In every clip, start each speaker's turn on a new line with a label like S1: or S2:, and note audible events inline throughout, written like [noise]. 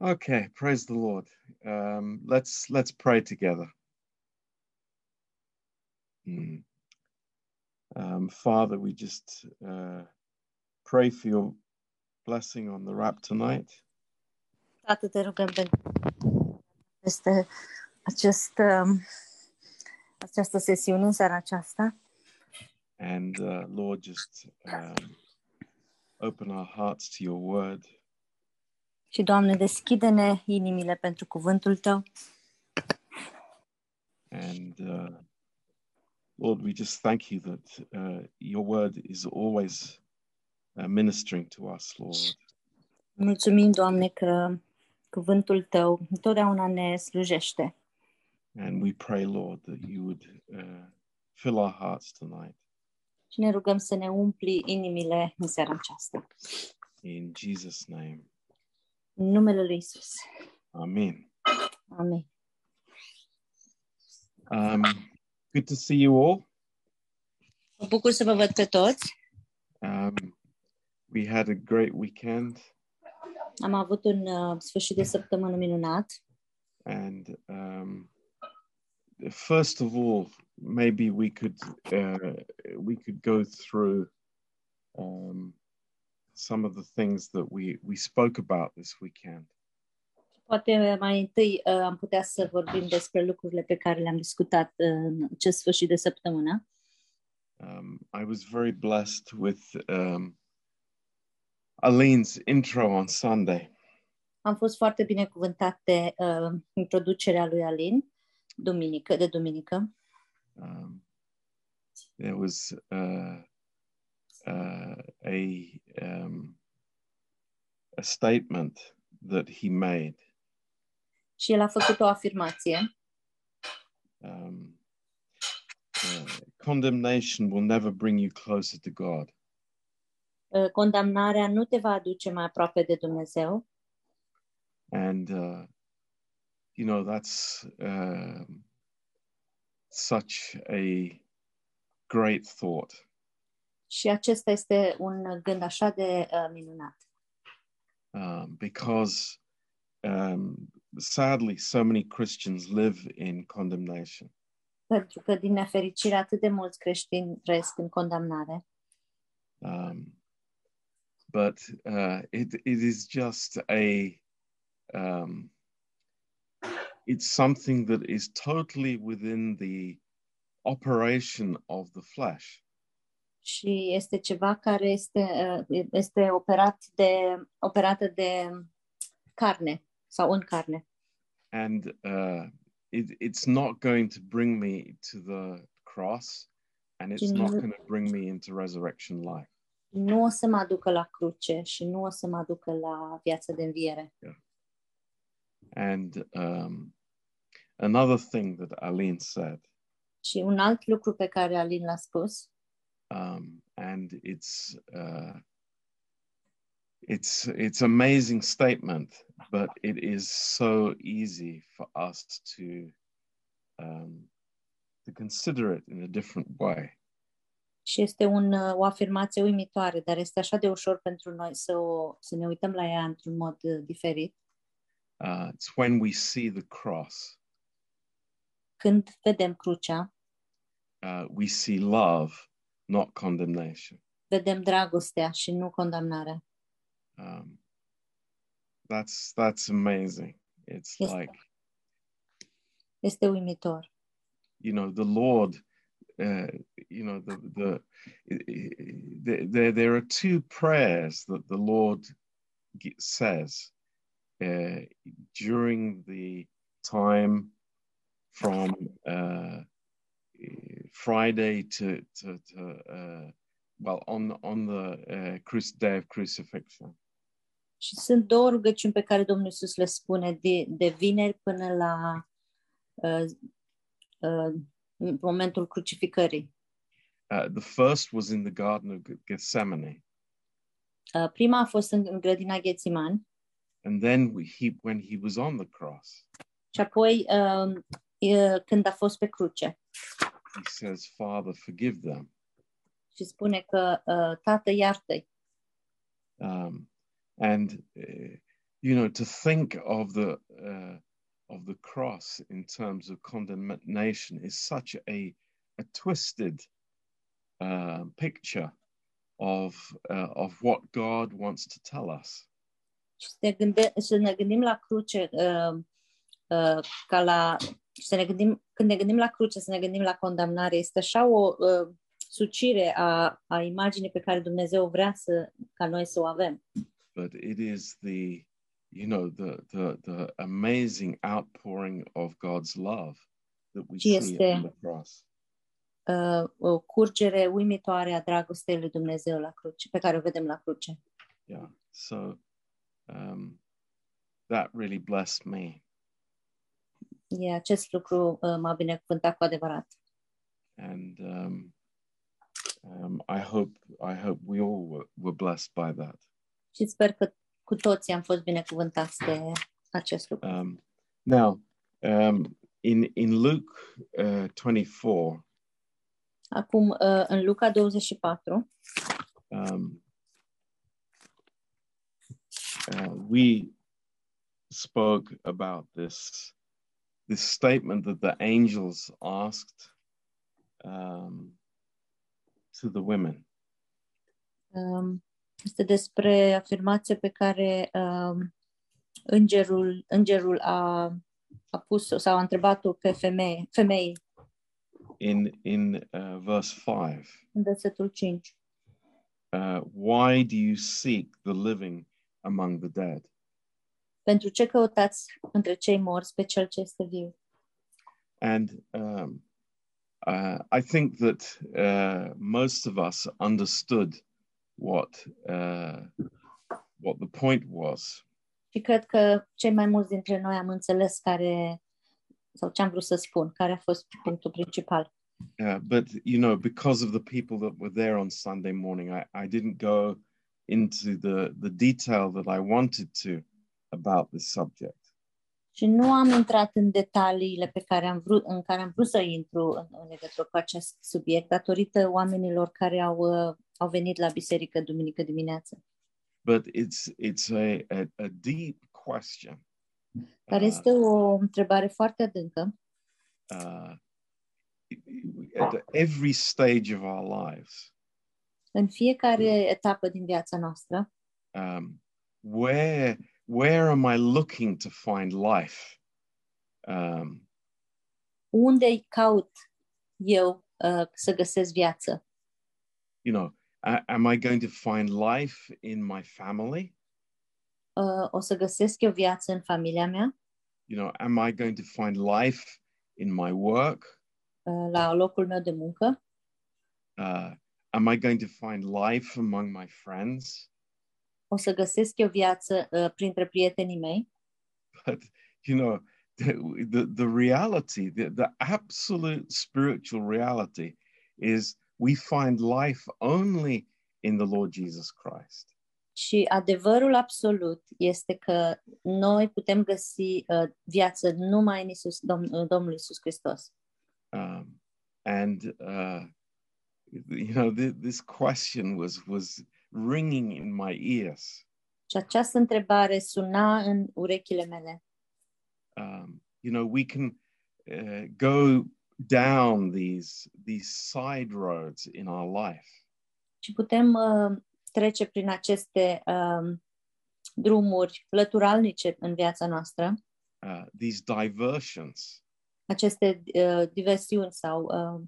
S1: Okay, praise the Lord. Um, let's let's pray together. Hmm. Um, Father, we just uh, pray for your blessing on the rap tonight.
S2: Tată, te rugăm pentru este acest, um, această sesiune în seara aceasta.
S1: And uh, Lord, just um, open our hearts to your word.
S2: Și, Doamne, deschide-ne inimile pentru cuvântul Tău.
S1: And uh, Lord, we just thank you that uh, your word is always uh, ministering to us, Lord.
S2: Mulțumim, Doamne, că cuvântul Tău întotdeauna ne slujește.
S1: And we pray, Lord, that you would uh, fill our hearts tonight.
S2: Și ne rugăm să ne umpli inimile în seara aceasta.
S1: In Jesus' name,
S2: În numele Lui Isus.
S1: Amen.
S2: Amin.
S1: Um, good to see you all.
S2: Mă bucur să vă văd pe toți.
S1: Um, we had a great weekend,
S2: Am avut un uh, sfârșit de săptămână minunat.
S1: and um, first of all, maybe we could uh, we could go through um, some of the things that we we spoke about this weekend.
S2: Poate mai întâi uh, am putea să vorbim despre lucrurile pe care le-am discutat uh, în acest sfârșit de săptămână.
S1: Um, I was very blessed with um, Aline's intro on Sunday,
S2: Am fost foarte binecuvântat de uh, introducerea lui Alin duminică, de duminică.
S1: um, there was uh, uh, a um, a statement that he made,
S2: Și el a făcut o afirmație.
S1: um, uh, condemnation will never bring you closer to God.
S2: Uh, condamnarea nu te va aduce mai aproape de Dumnezeu.
S1: And uh, you know that's um, such a great thought.
S2: Și acesta este un gând așa de uh, minunat.
S1: um, because um, sadly, so many Christians live in condemnation.
S2: Pentru că, din nefericire, atât de mulți creștini trăiesc în condamnare.
S1: Um, but uh, it, it is just a, um, it's something that is totally within the operation of the flesh.
S2: Și este ceva care este, uh, este operat de, operată de carne sau în carne.
S1: And uh, it, it's not going to bring me to the cross and it's not
S2: Mhm.
S1: going to bring me into resurrection life.
S2: Nu o să mă aducă la cruce și nu o să mă aducă la viața de înviere.
S1: And um, another thing that Aline said,
S2: Și un alt lucru pe care Alin l-a spus,
S1: um, and it's uh, it's it's amazing statement, but it is so easy for us to um, to consider it in a different way.
S2: și este un, uh, o afirmație uimitoare, dar este așa de ușor pentru noi să, o, să ne uităm la ea într-un mod uh, diferit.
S1: Uh, it's when we see the cross,
S2: Când vedem crucea,
S1: uh, we see love, not condemnation.
S2: vedem dragostea și nu condamnarea.
S1: Um, that's that's amazing. It's
S2: Yes.
S1: like
S2: Este uimitor.
S1: you know the lord uh, you know the the, the there there are two prayers that the lord ge- says uh, during the time from uh, friday to to, to uh, well on on the uh, cru- day of crucifixion
S2: Și sunt două rugăciuni pe care Domnul Iisus le spune de, de vineri până la uh, uh, momentul crucificării.
S1: uh, the first was in the garden of Ge- gethsemane
S2: Uh, prima a fost în, în grădina Ghețiman
S1: and then we, he when he was on the cross
S2: și apoi uh, e, când a fost pe cruce.
S1: he says father forgive them
S2: Și spune că, uh, tată, iartă-i.
S1: um, and uh, you know, to think of the uh, of the cross in terms of condemnation is such a a twisted uh, picture of uh, of what God wants to tell us.
S2: Și să, te gânde- să ne gândim la cruce uh, uh, ca la... și Să ne gândim, când ne gândim la cruce, să ne gândim la condamnare, este așa o uh, sucire a, a imaginii pe care Dumnezeu vrea să, ca noi să o avem.
S1: But it is the you know the the the amazing outpouring of God's love that we
S2: Yes,
S1: see
S2: there.
S1: on the cross.
S2: Uh, o curgere uimitoare a dragostei lui Dumnezeu la cruce, pe care o vedem la cruce.
S1: Yeah. So um, that really blessed me.
S2: E, acest lucru uh, m-a binecuvântat cu adevărat.
S1: and um, um, I hope I hope we all were, were blessed by that.
S2: Și sper că cu toții am fost binecuvântați de acest lucru.
S1: Um, now, um, in in Luke uh, 24,
S2: Acum, uh, în Luca 24,
S1: um, uh, we spoke about this this statement that the angels asked um, to the women.
S2: um, este despre afirmația pe care um, îngerul, îngerul a, a pus-o sau a întrebat-o pe femeie, femei
S1: In in uh, verse five,
S2: în versetul 5.
S1: uh, why do you seek the living among the dead?
S2: Pentru ce căutați între cei morți pe cel ce este viu?
S1: And um, uh, I think that uh, most of us understood what uh, what the point was.
S2: Și cred că cei mai mulți dintre noi am înțeles care, sau ce am vrut să spun, care a fost punctul principal.
S1: Uh, but you know, because of the people that were there on Sunday morning, I, I didn't go into the the detail that I wanted to about this subject.
S2: Și nu am intrat în detaliile pe care am vrut, în care am vrut să intru în, în legătură cu acest subiect, datorită oamenilor care au, uh, au venit la biserică duminică dimineață.
S1: But it's it's a a, a deep question.
S2: Care
S1: Uh,
S2: este o întrebare foarte adâncă.
S1: uh, at every stage of our lives,
S2: În fiecare etapă din viața noastră,
S1: um, where where am I looking to find life? Um,
S2: unde caut eu uh, să găsesc viață?
S1: you know, a- am I going to find life in my family?
S2: Uh, o să găsesc eu viață în familia mea,
S1: You know, am I going to find life in my work?
S2: uh, la locul meu de muncă?
S1: Uh, am I going to find life among my friends?
S2: O să găsesc eu viață uh, printre prietenii mei?
S1: [laughs] But you know, the the, the reality, the, the absolute spiritual reality, is we find life only in the Lord Jesus Christ.
S2: Și adevărul absolut este că noi putem găsi uh, viață numai în Isus, Domn, uh, Domnul Isus Hristos.
S1: um, and uh, you know th- this question was was ringing in my ears
S2: Și această întrebare suna în urechile mele.
S1: um, you know we can uh, go down these these side roads in our life
S2: Și putem uh, trece prin aceste um, drumuri lăturalnice în viața noastră,
S1: uh, these diversions
S2: aceste uh, diversiuni sau uh,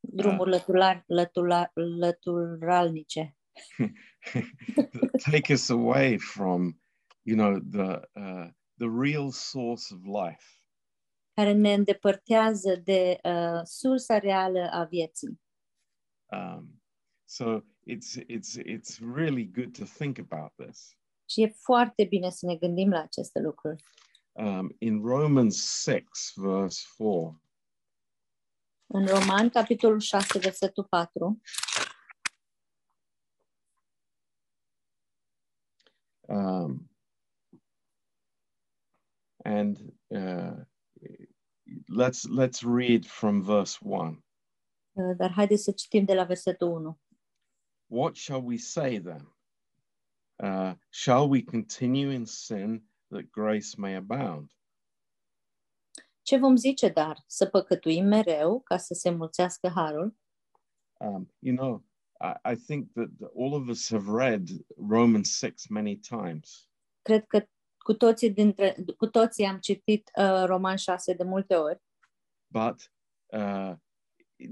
S2: drumuri lătular, lătula, lăturalnice,
S1: that [laughs] take us away from you know the uh, the real source of life
S2: care ne îndepărtează de uh, sursa reală a vieții.
S1: um, so it's it's it's really good to think about this
S2: Și e foarte bine să ne gândim la aceste lucruri.
S1: um, in Romans 6, verse 4,
S2: În Roman, capitolul 6, versetul 4,
S1: um, and uh, let's let's read from verse 1.
S2: uh, dar haideți să citim de la versetul 1.
S1: What shall we say then? uh, shall we continue in sin that grace may abound?
S2: Ce vom zice dar? Să păcătuim mereu ca să se mulțească harul?
S1: Um, you know, I, I think that all of us have read Romans 6 many times.
S2: Cred că cu toții, dintre, cu toții am citit uh, Roman 6 de multe ori,
S1: but uh,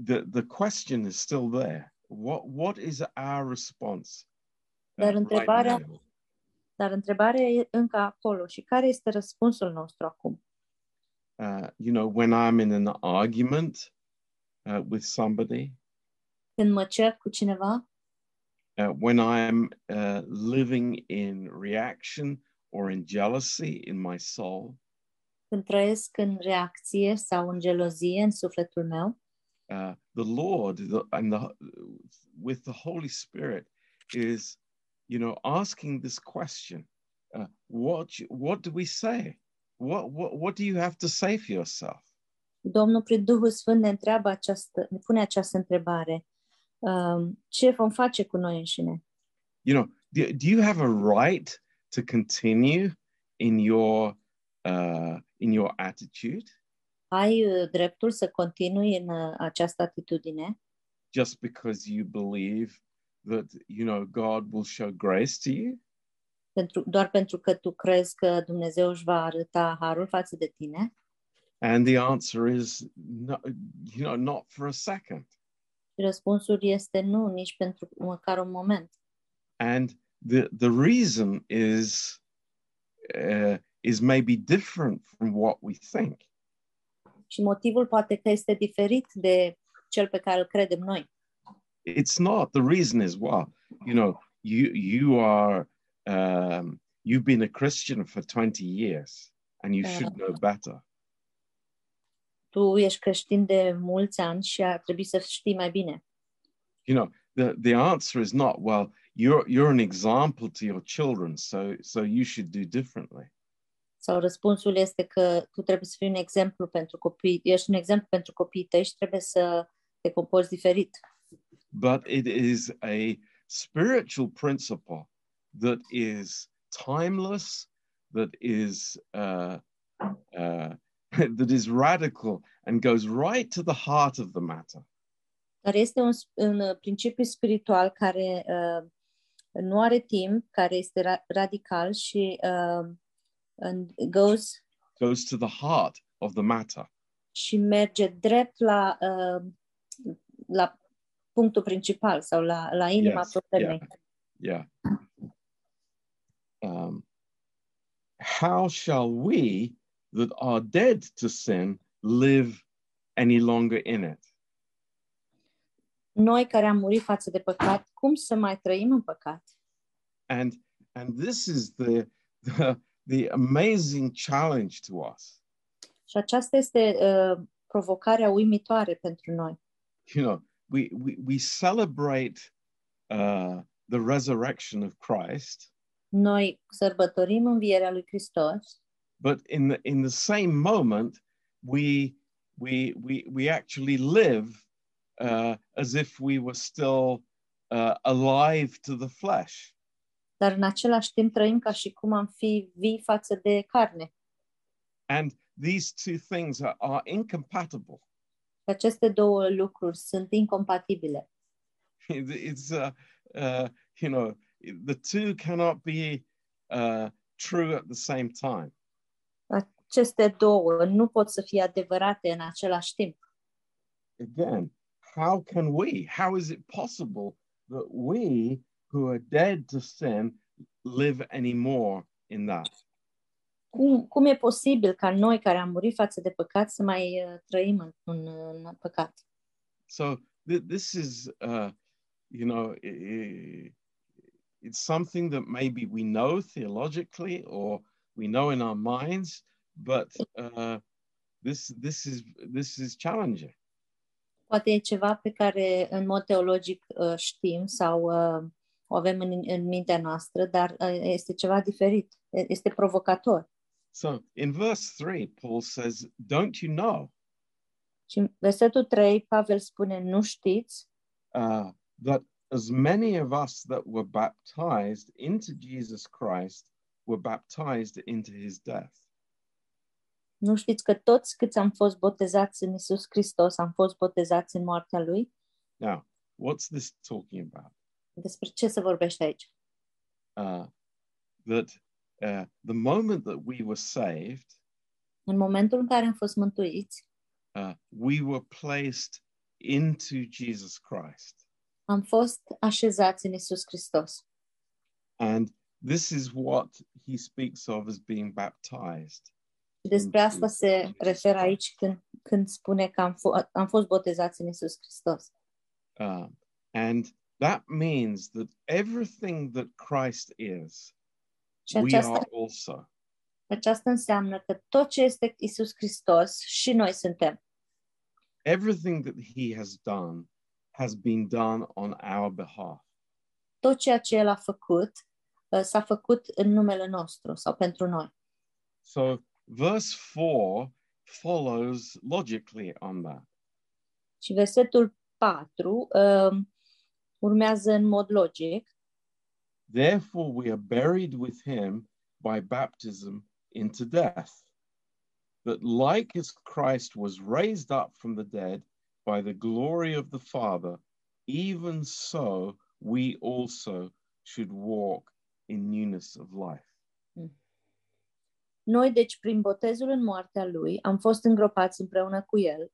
S1: the the question is still there. What what is our response? uh,
S2: Dar întrebarea-
S1: now?
S2: dar întrebarea e încă acolo. Și care este răspunsul nostru acum?
S1: Uh, you know, when I'm in an argument uh, with somebody,
S2: Când mă cer cu cineva,
S1: uh, when I'm uh, living in reaction or in jealousy in my soul,
S2: când trăiesc în reacție sau în gelozie în sufletul meu,
S1: uh, the Lord the, and the with the Holy Spirit is, you know, asking this question: uh, What what do we say? What what what do you have to say for yourself?
S2: Domnul prin Duhul Sfânt ne întreabă această, ne pune această întrebare. Um, ce vom face cu noi înșine?
S1: You know, do, do you have a right to continue in your uh, in your attitude
S2: Ai uh, dreptul să continui în uh, această atitudine
S1: just because you believe that you know God will show grace to you?
S2: pentru, doar pentru că tu crezi că Dumnezeu își va arăta harul față de tine?
S1: And the answer is no, you know, not for a second.
S2: Și răspunsul este nu, nici pentru măcar un moment.
S1: and the the reason is uh, is maybe different from what we think
S2: Și motivul poate că este diferit de cel pe care îl credem noi.
S1: it's not the reason is well you know you you are um, you've been a christian for 20 years and you should know better
S2: Tu ești creștin de mulți ani și ar trebui să știi mai bine.
S1: you know the the answer is not well you're you're an example to your children so so you should do differently
S2: Sau răspunsul este că tu trebuie să fii un exemplu pentru copii, ești un exemplu pentru copiii tăi și trebuie să te comporți diferit.
S1: but it is a spiritual principle that is timeless, that is uh, uh, [laughs] that is radical and goes right to the heart of the matter.
S2: Dar este un, sp- un uh, principiu spiritual care uh, nu are timp, care este ra- radical și uh, and goes
S1: Goes to the heart of the matter.
S2: și merge drept la, uh, la punctul principal sau la, la inima
S1: Yes,
S2: problemei.
S1: Yeah. Um, how shall we that are dead to sin live any longer in it?
S2: Noi care am murit față de păcat, cum să mai trăim în păcat?
S1: and and this is the the, the amazing challenge to us
S2: Și aceasta este uh, provocarea uimitoare pentru noi.
S1: you know we we, we celebrate uh, the resurrection of christ
S2: Noi sărbătorim învierea lui Hristos,
S1: but in the in the same moment we we we, we actually live uh, as if we were still uh, alive to the flesh
S2: dar în același timp trăim ca și cum am fi vii față de carne.
S1: and these two things are, are incompatible
S2: Aceste două lucruri sunt incompatibile.
S1: It- [laughs] it's uh, uh, you know the two cannot be uh, true at the same time
S2: Aceste două nu pot să fie adevărate în același timp.
S1: again how can we how is it possible that we who are dead to sin live anymore in that
S2: Cum, cum e posibil ca noi care am murit față de păcat să mai uh, trăim în, în, în păcat?
S1: so th- this is uh, you know i i- it's something that maybe we know theologically or we know in our minds but uh, this this is this is challenging
S2: Poate e ceva pe care în mod teologic uh, știm sau uh, o avem în, în mintea noastră, dar uh, este ceva diferit, E- este provocator.
S1: So in verse 3, Paul says, Don't you know
S2: Și în versetul 3, Pavel spune, nu știți
S1: uh, that as many of us that were baptized into Jesus Christ were baptized into his death.
S2: Nu știți că toți câți am fost botezați în Isus Hristos am fost botezați în moartea Lui?
S1: Now, what's this talking about?
S2: Despre ce se vorbește aici?
S1: Uh, that uh, the moment that we were saved,
S2: În momentul în care am fost mântuiți,
S1: uh, we were placed into Jesus Christ.
S2: am fost așezați în Isus Hristos.
S1: And this is what he speaks of as being baptized.
S2: Și despre asta se referă aici când, când spune că am, fo- am fost botezați în Isus Hristos.
S1: Um, and that means that everything that Christ is,
S2: Și
S1: we
S2: aceasta,
S1: are also.
S2: aceasta înseamnă că tot ce este Isus Hristos și noi suntem.
S1: Everything that he has done has been done on our behalf.
S2: Tot ceea ce El a făcut uh, s-a făcut în numele nostru sau pentru noi.
S1: So verse 4 follows logically on that.
S2: Și versetul 4 uh, urmează în mod logic.
S1: Therefore, we are buried with him by baptism into death, that like as Christ was raised up from the dead by the glory of the Father, even so we also should walk in newness of life.
S2: Noi, deci, prin botezul în moartea lui, am fost îngropați împreună cu el,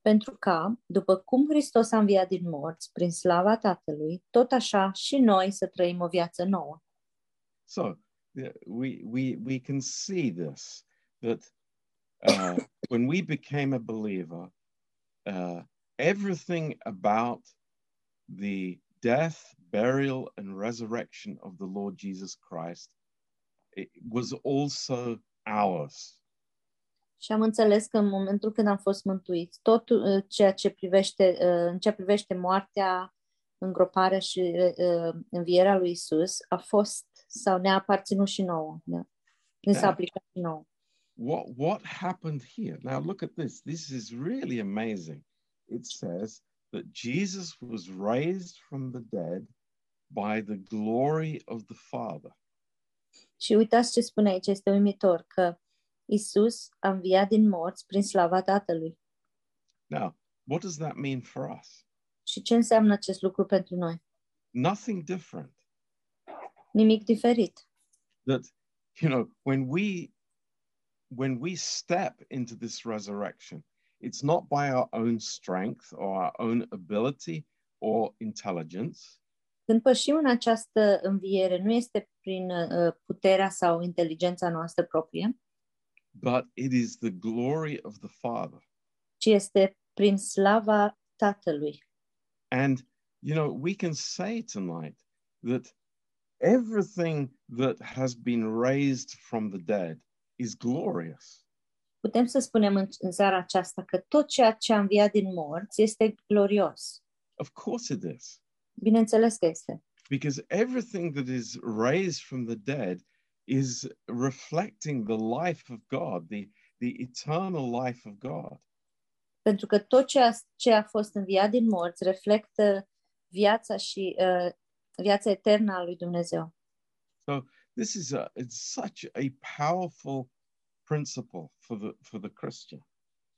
S2: pentru ca, după cum Hristos a înviat din morți, prin slava Tatălui, tot așa și noi să trăim o viață nouă.
S1: So yeah, we we we can see this that uh, when we became a believer, uh, everything about the death, burial, and resurrection of the Lord Jesus Christ it was also ours.
S2: Și am înțeles că în momentul când am fost mântuiți, tot uh, ceea ce privește, uh, în ce privește moartea, îngroparea și uh, învierea lui Isus a fost sau ne-a aparținut și nouă. Ne, ne s-a
S1: Da.
S2: aplicat și nouă.
S1: What what happened here? Now look at this. This is really amazing. It says that Jesus was raised from the dead by the glory of the Father.
S2: Și uitați ce spune aici, este uimitor, că Isus a înviat din morți prin slava Tatălui.
S1: Now, what does that mean for us?
S2: Și ce înseamnă acest lucru pentru noi?
S1: Nothing different.
S2: Nimic diferit.
S1: That you know, when we when we step into this resurrection, it's not by our own strength or our own ability or intelligence,
S2: Când pășim în această înviere, nu este prin uh, puterea sau inteligența noastră proprie,
S1: but it is the glory of the Father.
S2: ci este prin slava Tatălui.
S1: And you know, we can say tonight that everything that has been raised from the dead is glorious.
S2: Putem să spunem în, în seara aceasta că tot ceea ce a înviat din morți este glorios.
S1: Of course it is.
S2: Bineînțeles că este.
S1: because everything that is raised from the dead is reflecting the life of God, the, the eternal life of God.
S2: Pentru că tot ceea ce a fost înviat din morți reflectă viața și uh, viața eternă a lui Dumnezeu.
S1: This is a, it's such a powerful principle for the, for the Christian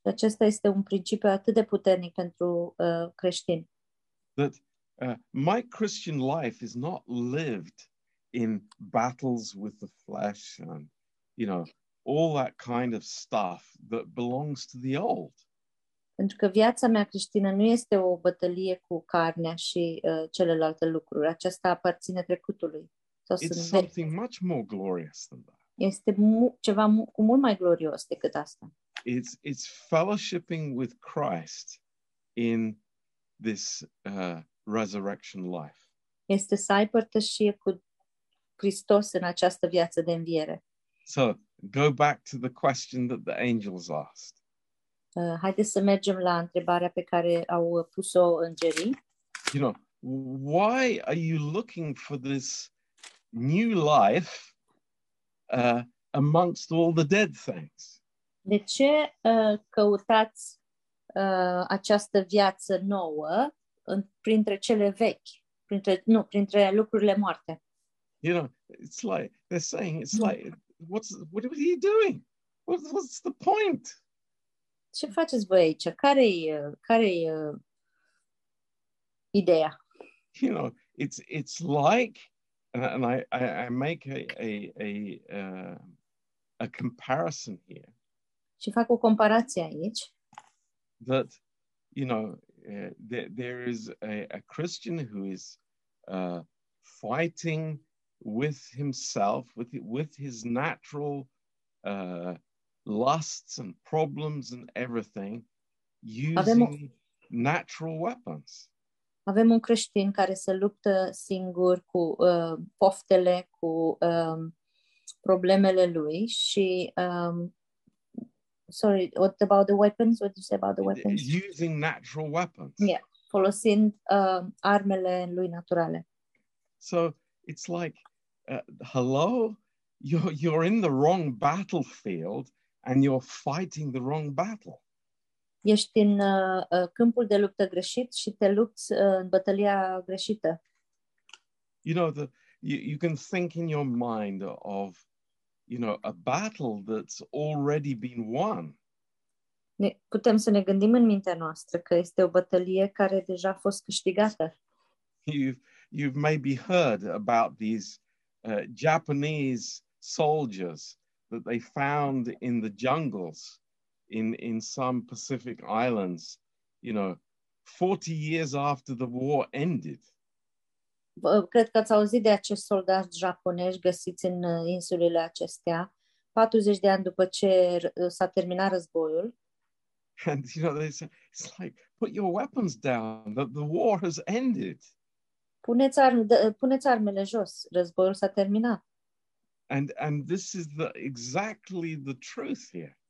S2: Și acesta este un principiu atât de puternic pentru uh, creștini.
S1: that uh, my Christian life is not lived in battles with the flesh and, you know, all that kind of stuff that belongs to the old.
S2: Pentru că viața mea creștină nu este o bătălie cu carnea și uh, celelalte lucruri. Aceasta aparține trecutului. Sau
S1: It's
S2: sunt vechi.
S1: something much more glorious than that.
S2: Este mu- ceva mu- cu mult mai glorios decât asta.
S1: it's it's fellowshipping with Christ in this uh, resurrection life.
S2: Este să ai părtășie cu Hristos în această viață de înviere.
S1: So go back to the question that the angels asked.
S2: Uh, haideți să mergem la întrebarea pe care au uh, pus-o îngerii.
S1: You know, why are you looking for this new life uh, amongst all the dead things?
S2: De ce uh, căutați uh, această viață nouă în, printre cele vechi, printre, nu, printre lucrurile moarte.
S1: You know, it's like they're saying, it's like, what's what are you doing? What's, what's the point?
S2: Ce faceți voi aici? Care-i, uh, care-i uh, ideea?
S1: You know, it's it's like, and, and I, I I make a a a, uh, a comparison here
S2: Și fac o comparație aici,
S1: that you know uh, there, there is a, a Christian who is uh, fighting with himself, with with his natural uh, lusts and problems and everything,
S2: Avem o-
S1: using natural weapons.
S2: avem un creștin care se luptă singur cu uh, poftele, cu um, problemele lui și um, sorry, what about the weapons? What did you say about the weapons?
S1: Deci- Using natural weapons.
S2: Yeah. Folosind uh, armele lui naturale.
S1: So it's like, uh, hello, you're you're in the wrong battlefield and you're fighting the wrong battle.
S2: Ești în uh, uh, câmpul de luptă greșit și te lupți uh, în bătălia greșită.
S1: you know the you, you can think in your mind of you know a battle that's already been won [laughs]
S2: Ne, putem să ne gândim în mintea noastră că este o bătălie care deja a fost câștigată.
S1: you've you've maybe heard about these uh, japanese soldiers that they found in the jungles in in some pacific islands you know 40 years after the war ended [laughs]
S2: Vă- Cred că ați auzit de acești soldați japonezi găsiți în uh, insulele acestea, 40 de ani după ce r- s-a terminat războiul.
S1: and you know they say it's like put your weapons down that the war has ended
S2: Puneți, arm, dă- uh, puneți armele jos, războiul s-a terminat.
S1: and and this is the exactly the truth here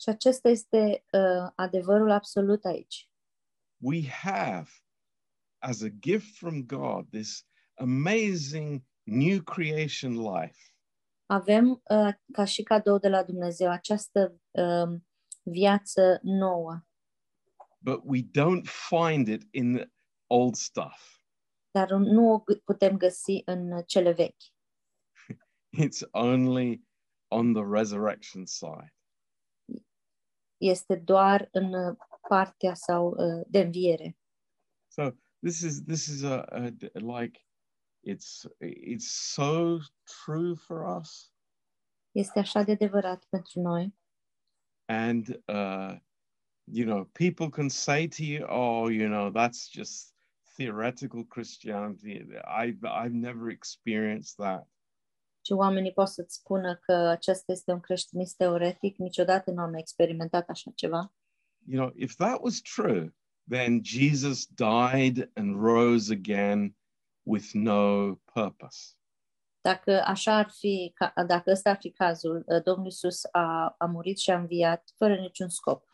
S2: Și acesta este uh, adevărul absolut aici.
S1: we have as a gift from God this amazing new creation life.
S2: Avem uh, ca și cadou de la Dumnezeu această uh, viață nouă,
S1: But we don't find it in the old stuff.
S2: dar nu o gă- putem găsi în cele vechi.
S1: It's only on the resurrection side.
S2: Este doar în uh, partea sau uh, de înviere.
S1: So this is this is a, a d- like it's it's so true for us
S2: Este așa de adevărat pentru noi.
S1: and uh you know people can say to you oh you know that's just theoretical christianity i i've never experienced that
S2: Și oamenii pot să-ți spună că acesta este un creștinism teoretic. Niciodată nu am experimentat așa ceva.
S1: you know if that was true then jesus died and rose again with no purpose
S2: Dacă așa ar fi, ca- dacă ăsta ar fi cazul, uh, Domnul Iisus a, a murit și a înviat fără niciun scop.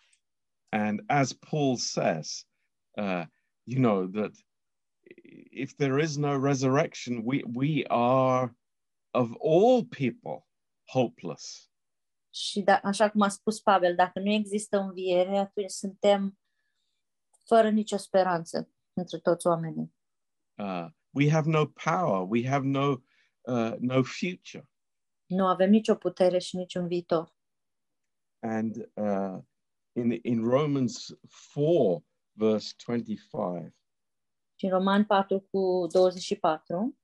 S1: and as paul says uh, you know that if there is no resurrection we we are of all people hopeless
S2: Și da, așa cum a spus Pavel, dacă nu există înviere, atunci suntem fără nicio speranță între toți oamenii.
S1: uh, we have no power we have no uh, no future
S2: Nu avem nicio putere și niciun viitor.
S1: and uh, in in romans 4 verse 25
S2: Și în Roman 4 cu 24,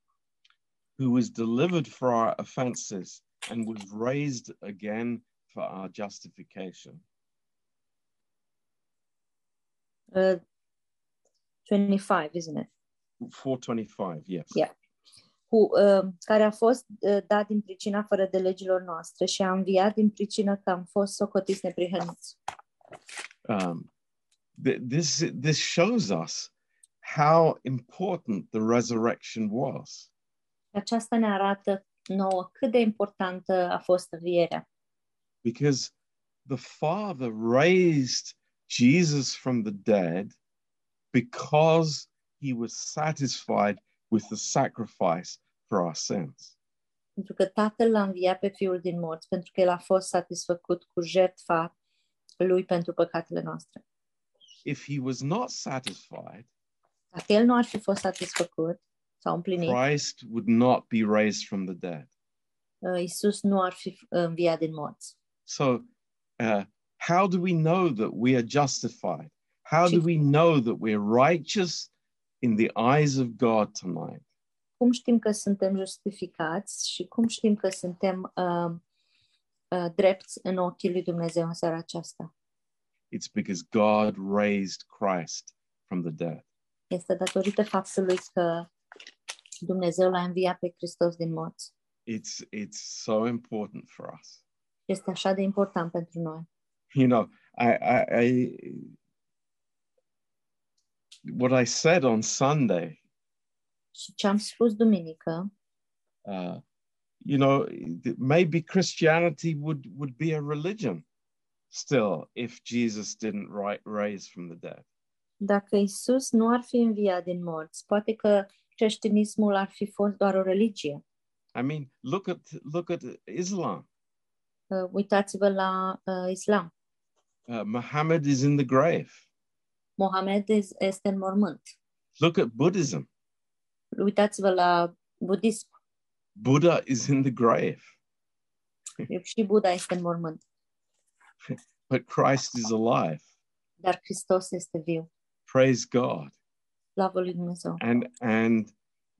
S1: who was delivered for our offenses and was raised again for our justification.
S2: 25, uh, isn't it?
S1: 425, yes.
S2: Yeah. cu, uh, care a fost uh, dat din pricina fără de legilor noastre și a înviat din pricina că am fost socotiți neprihăniți.
S1: Um, th- this, this shows us how important the resurrection was.
S2: Aceasta ne arată nouă cât de importantă a fost învierea,
S1: because the Father raised Jesus from the dead because he was satisfied with the sacrifice for our sins.
S2: pentru că Tatăl l-a înviat pe Fiul din morți, pentru că El a fost satisfăcut cu jertfa Lui pentru păcatele noastre.
S1: If he was not satisfied,
S2: Dacă El nu ar fi fost satisfăcut, s-au împlinit.
S1: Christ would not be raised from the dead.
S2: Uh, Isus nu ar fi uh, înviat din morți.
S1: So, uh, how do we know that we are justified? How do
S2: Și-
S1: we know that we're righteous in the eyes of God tonight?
S2: Cum știm că suntem justificați și cum știm că suntem uh, uh, drepți în ochii lui Dumnezeu în seara aceasta?
S1: It's because God raised Christ from the dead.
S2: Este datorită faptului că Dumnezeu l-a înviat pe Hristos din morți.
S1: It's it's so important for us. [laughs]
S2: Este așa de important pentru noi.
S1: You know, I I, I what I said on Sunday
S2: Și ce am spus duminică,
S1: uh, you know, th- maybe Christianity would would be a religion still if Jesus didn't ri- raise from the dead.
S2: dacă Isus nu ar fi înviat din morți, poate că creștinismul ar fi fost doar o religie.
S1: I mean, look at look at Islam.
S2: Uh, uitați-vă la uh, islam.
S1: Uh, Muhammad is in the grave.
S2: Mohamed es- este în mormânt.
S1: Look at Buddhism.
S2: Uitați-vă la budism.
S1: Buddha is in the grave,
S2: Și Buddha este în mormânt.
S1: but Christ is alive.
S2: Dar Hristos este viu.
S1: Praise God.
S2: Slavă lui Dumnezeu.
S1: And and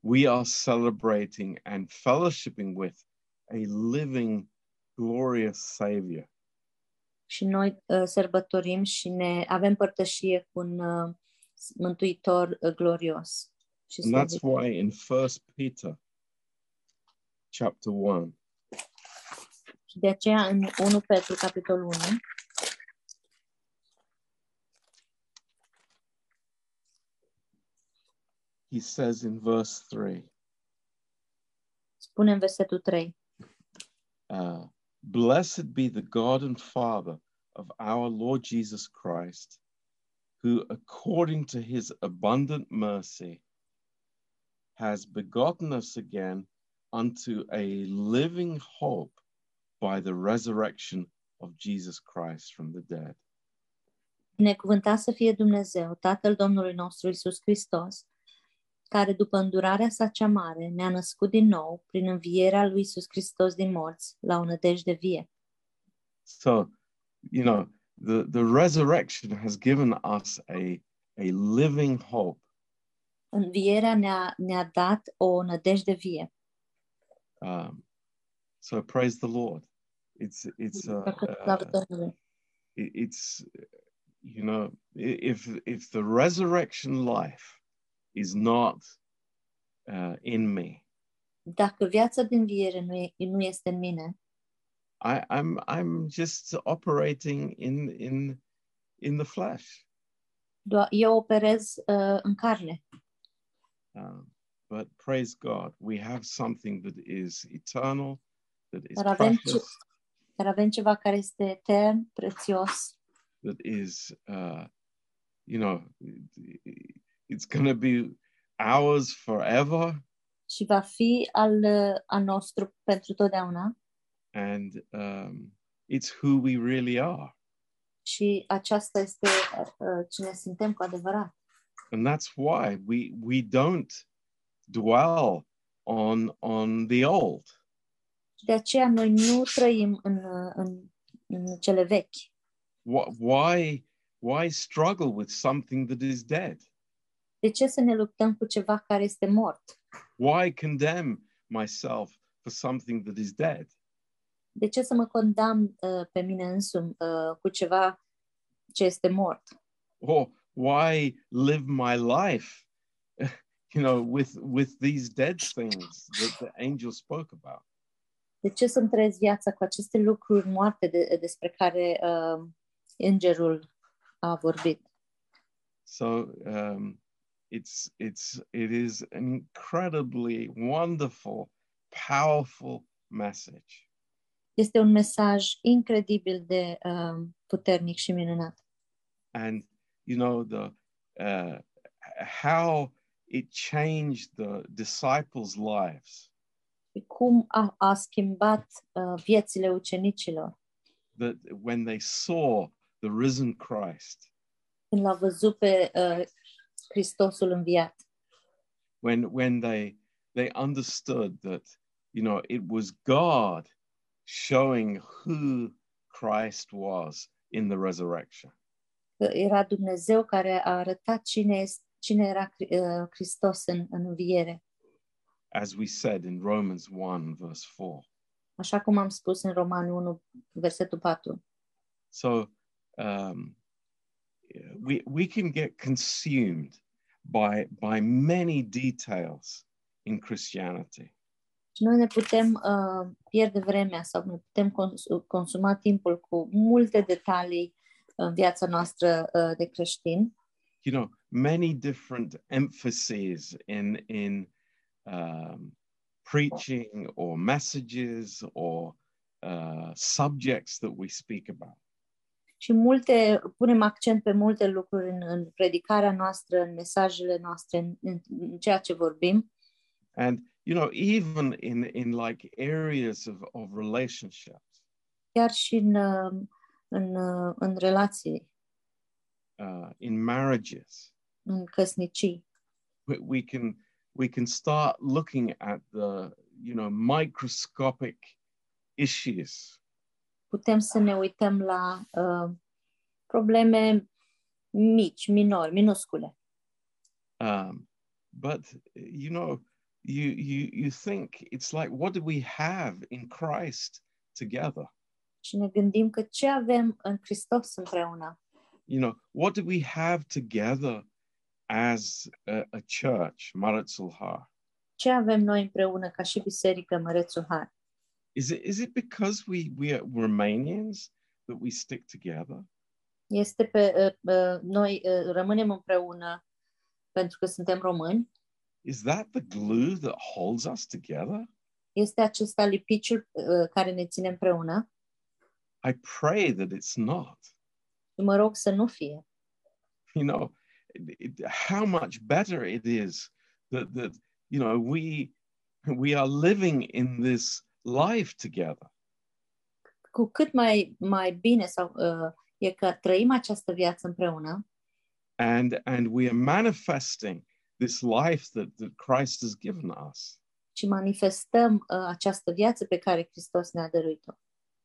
S1: we are celebrating and fellowshipping with a living, glorious Savior.
S2: Și noi uh, sărbătorim și ne avem părtășie cu un uh, mântuitor uh, glorios. Și
S1: And that's
S2: slăvit.
S1: why in First Peter chapter 1,
S2: Și de aceea în 1 Petru, capitolul 1,
S1: he says in verse 3,
S2: spune în versetul 3,
S1: uh, Blessed be the God and Father of our Lord Jesus Christ, who according to his abundant mercy has begotten us again unto a living hope by the resurrection of Jesus Christ from the dead.
S2: Binecuvântat să fie Dumnezeu, Tatăl Domnului nostru Isus Hristos, care după îndurarea sa cea mare ne-a născut din nou prin învierea lui Isus Hristos din morți la o nădejde vie.
S1: So, you know, the, the resurrection has given us a, a living hope.
S2: Învierea ne-a, ne-a dat o nădejde vie.
S1: Um, so praise the Lord. It's it's uh,
S2: Făcut
S1: uh,
S2: slavă Domnului.
S1: it- it's you know i- if if the resurrection life is not uh, in me,
S2: Dacă viața din viere nu, e, nu este în mine,
S1: I, I'm I'm just operating in in in the flesh.
S2: doar eu operez uh, în carne.
S1: Um, but praise God, we have something that is eternal, that is
S2: Dar avem ce-
S1: precious.
S2: Dar avem ceva care este etern, prețios,
S1: that is uh you know it's gonna be ours forever
S2: și va fi al, uh, al nostru pentru totdeauna.
S1: and um it's who we really are
S2: Și aceasta este uh, cine suntem cu adevărat.
S1: and that's why we we don't dwell on on the old
S2: Și de aceea noi nu trăim în, uh, în, în cele vechi.
S1: Wh- why why struggle with something that is dead
S2: De ce să ne luptăm cu ceva care este mort?
S1: why condemn myself for something that is dead
S2: De ce să mă condamn uh, pe mine însumi uh, cu ceva ce este mort?
S1: or why live my life [laughs] you know with with these dead things that the angel spoke about
S2: De ce să-mi trăiesc viața cu aceste lucruri moarte de, despre care uh, îngerul a vorbit?
S1: so um it's it's it is an incredibly wonderful powerful message
S2: Este un mesaj incredibil de uh, puternic și minunat.
S1: and you know the uh how it changed the disciples lives
S2: Cum a, a schimbat uh, viețile ucenicilor?
S1: that when they saw the risen christ
S2: când l-a văzut pe uh, Hristosul înviat.
S1: when when they they understood that you know it was God showing who Christ was in the resurrection.
S2: că era Dumnezeu care a arătat cine, es- cine era Cri- uh, Hristos în, în înviere,
S1: As we said in Romans 1, verse 4.
S2: așa cum am spus în Roman 1, versetul 4.
S1: So um, we we can get consumed by by many details in Christianity,
S2: Și noi ne putem uh, pierde vremea sau ne putem cons- consuma timpul cu multe detalii în viața noastră uh, de creștin,
S1: you know, many different emphases in in um, preaching or messages or uh, subjects that we speak about.
S2: și multe, punem accent pe multe lucruri în, în predicarea noastră, în mesajele noastre, în, în, în ceea ce vorbim
S1: and you know even in in like areas of, of relationships
S2: chiar și în, uh, în, uh, în relații,
S1: uh, in marriages
S2: în căsnicii.
S1: we, we can we can start looking at the you know microscopic issues
S2: putem să ne uităm la uh, probleme mici, minori, minuscule.
S1: um, but you know you you you think it's like what do we have in christ together
S2: Și ne gândim că ce avem în Hristos împreună,
S1: you know what do we have together as a, a church Maritzelhaar?
S2: ce avem noi împreună ca și biserică Mărețul Har.
S1: Is it is it because we we are Romanians that we stick together?
S2: Este pe, uh, uh, noi uh, rămânem împreună pentru că suntem români.
S1: Is that the glue that holds us together?
S2: Este acesta lipiciul uh, care ne ține împreună.
S1: I pray that it's not.
S2: Și mă rog să nu fie.
S1: You know, it- it- how much better it is that that you know we we are living in this life together.
S2: Cu cât mai, mai bine sau uh, e că trăim această viață împreună
S1: And and we are manifesting this life that, that Christ has given us.
S2: și manifestăm uh, această viață pe care Hristos ne-a dăruit-o.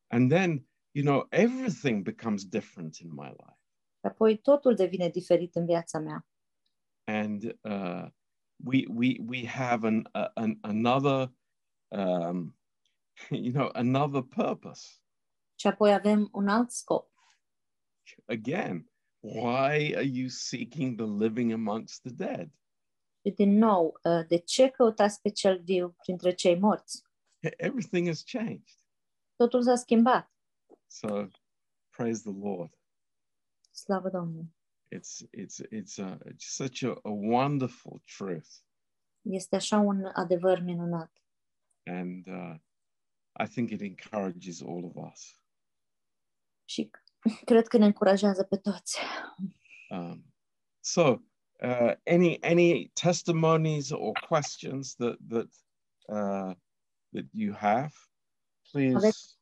S1: And then, you know, everything becomes different in my life.
S2: Apoi totul devine diferit în viața mea
S1: and uh, we we we have an, a, an another um, [laughs] you know another purpose
S2: și apoi avem un alt scop.
S1: again why are you seeking the living amongst the dead
S2: Și din nou, uh, de ce căutați pe cel viu printre cei morți?
S1: everything has changed
S2: Totul s-a schimbat,
S1: so praise the lord
S2: slavă Domnului.
S1: it's it's it's a, it's such a, a wonderful truth
S2: Este așa un adevăr minunat
S1: and uh, i think it encourages all of us
S2: și [laughs] cred că ne încurajează pe toți.
S1: Um, so, uh, any any testimonies or questions that that uh, that you have, please.
S2: Avec-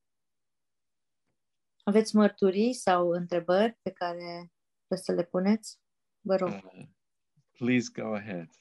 S2: Aveți mărturii sau întrebări pe care vreți să le puneți? Vă rog,
S1: Uh, please go ahead.